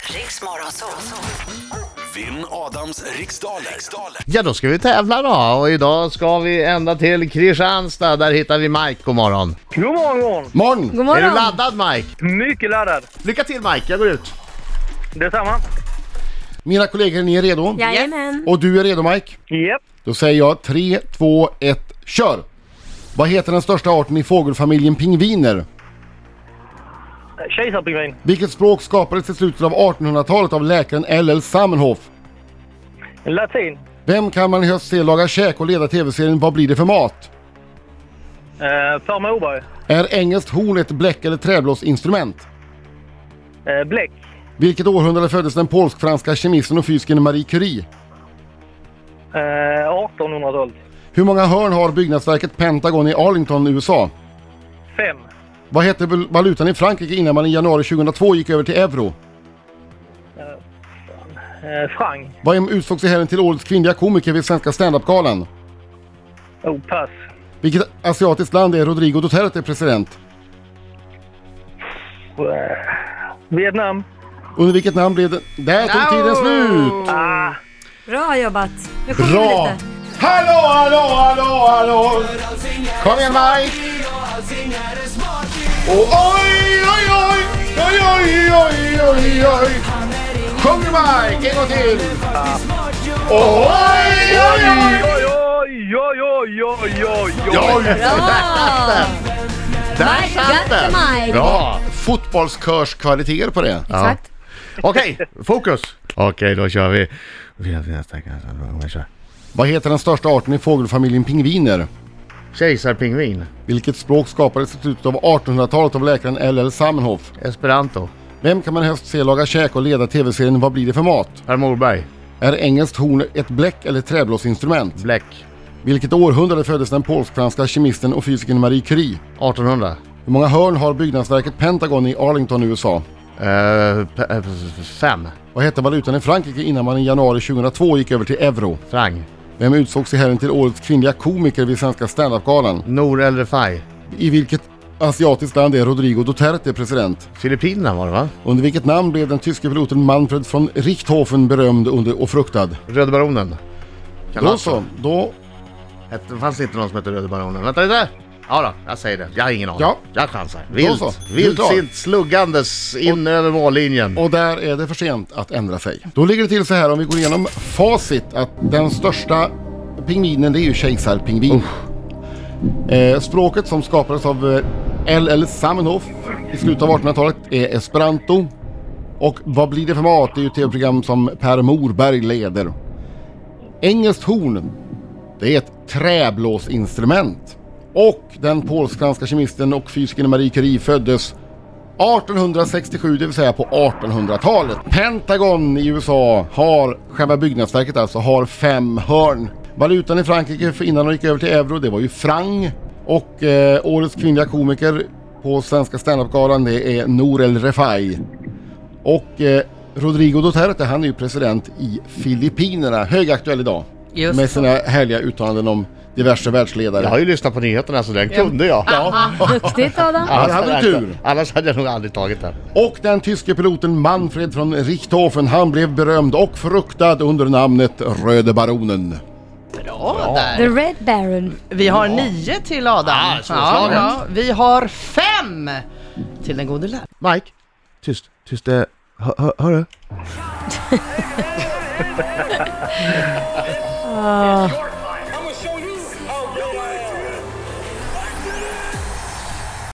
Riks Morgonzoo. Vinn Adams riksdaler. riksdaler. Ja, då ska vi tävla då och idag ska vi ända till Kristianstad. Där hittar vi Mike. God morgon. God morgon! Morgon! God morgon. Är du laddad Mike? Mycket laddad. Lycka till Mike, jag går ut. Detsamma. Mina kollegor, ni är redo? Jajamän. Och du är redo Mike? Japp. Då säger jag 3, 2, 1, kör! Vad heter den största arten i fågelfamiljen pingviner? Kejsarpingvin. Vilket språk skapades i slutet av 1800-talet av läkaren L.L. Samenhof? Latin. Vem kan man i höst se laga käk och leda tv-serien Vad blir det för mat? Eh, per Morberg. Är engelskt horn ett bläck eller träblåsinstrument? Eh, Bläck. Vilket århundrade föddes den polsk-franska kemisten och fysikern Marie Curie? Eh, 1800-talet. Hur många hörn har byggnadsverket Pentagon i Arlington, USA? Fem. Vad hette val- valutan i Frankrike innan man i januari 2002 gick över till euro? Eh, Frank. Vad utsågs i helgen till årets kvinnliga komiker vid Svenska standup-galan? Oh, pass. Vilket asiatiskt land är Rodrigo Duterte president? Eh, Vietnam. Under vilket namn blev det... Där tog tiden slut! Ah, Bra jobbat. Nu sjunger vi Bra! lite. Hallå, hallå, hallå, hallå! Kom igen Mike! Och oj, oj, oj! Oj, oj, oj, oj, oj! Sjung nu Mike, en gång till! Och oj, oj, oj! oj, oj, oj, oj, oj, oj, oj. Oj! Bra! Där Mike, grattis, Mike. Bra! Fotbollskörskvaliteter på det. Exakt. Okej, fokus! Okej, då kör vi. Vi har nästa kanske. Vi kör. Vad heter den största arten i fågelfamiljen pingviner? Kejsarpingvin. Vilket språk skapades i slutet av 1800-talet av läkaren L.L. Samenhof? Esperanto. Vem kan man helst se laga käk och leda tv-serien Vad blir det för mat? Per Morberg. Är engelskt horn ett bläck eller träblåsinstrument? Bläck. Vilket århundrade föddes den polsk-franska kemisten och fysikern Marie Curie? 1800. Hur många hörn har byggnadsverket Pentagon i Arlington, USA? Eh, p- eh, f- fem. Vad hette valutan i Frankrike innan man i januari 2002 gick över till euro? Frang. Vem utsågs i helgen till årets kvinnliga komiker vid Svenska standup-galan? Nor El Refai. I vilket asiatiskt land är Rodrigo Duterte president? Filippinerna var det va? Under vilket namn blev den tyske piloten Manfred von Richthofen berömd under och fruktad? Röde Baronen. Kan Då man- så, då... Hette- Det fanns inte någon som hette Röde Baronen. Vänta lite! Ja då, jag säger det. Jag har ingen aning. Ja. Jag chansar. så. Vilt, Du är klar. vildsint, sluggandes in över mållinjen. Och där är det för sent att ändra sig. Då ligger det till så här om vi går igenom facit att den största pingvinen det är ju kejsarpingvin. Eh, språket som skapades av eh, L.L. Samenhof i slutet av 1800-talet är esperanto. Och vad blir det för mat? Det är ju ett tv-program som Per Morberg leder. Engelskt horn, det är ett träblåsinstrument. Och den polsk-franska kemisten och fysikern Marie Curie föddes 1867, det vill säga på 1800-talet. Pentagon i USA har, själva byggnadsverket alltså, har fem hörn. Valutan i Frankrike för innan de gick över till euro, det var ju franc. Och eh, årets kvinnliga komiker på Svenska standup-galan det är Nour El Refai. Och eh, Rodrigo Duterte, han är ju president i Filippinerna. Högaktuell idag. Just med sina härliga uttalanden om diverse världsledare. Jag har ju lyssnat på nyheterna så den kunde jag. Duktigt Adam. Annars hade du jag inte- tur. Annars hade jag nog aldrig tagit den. Och den tyske piloten Manfred von Richthofen, han blev berömd och fruktad under namnet Röde Baronen. Bra The där. Red Baron. Vi har nio till Adam. Ah, svårslagen. Vi har fem till den gode läraren. Mike, tyst, tyst. eh, Hör, hör, hör du?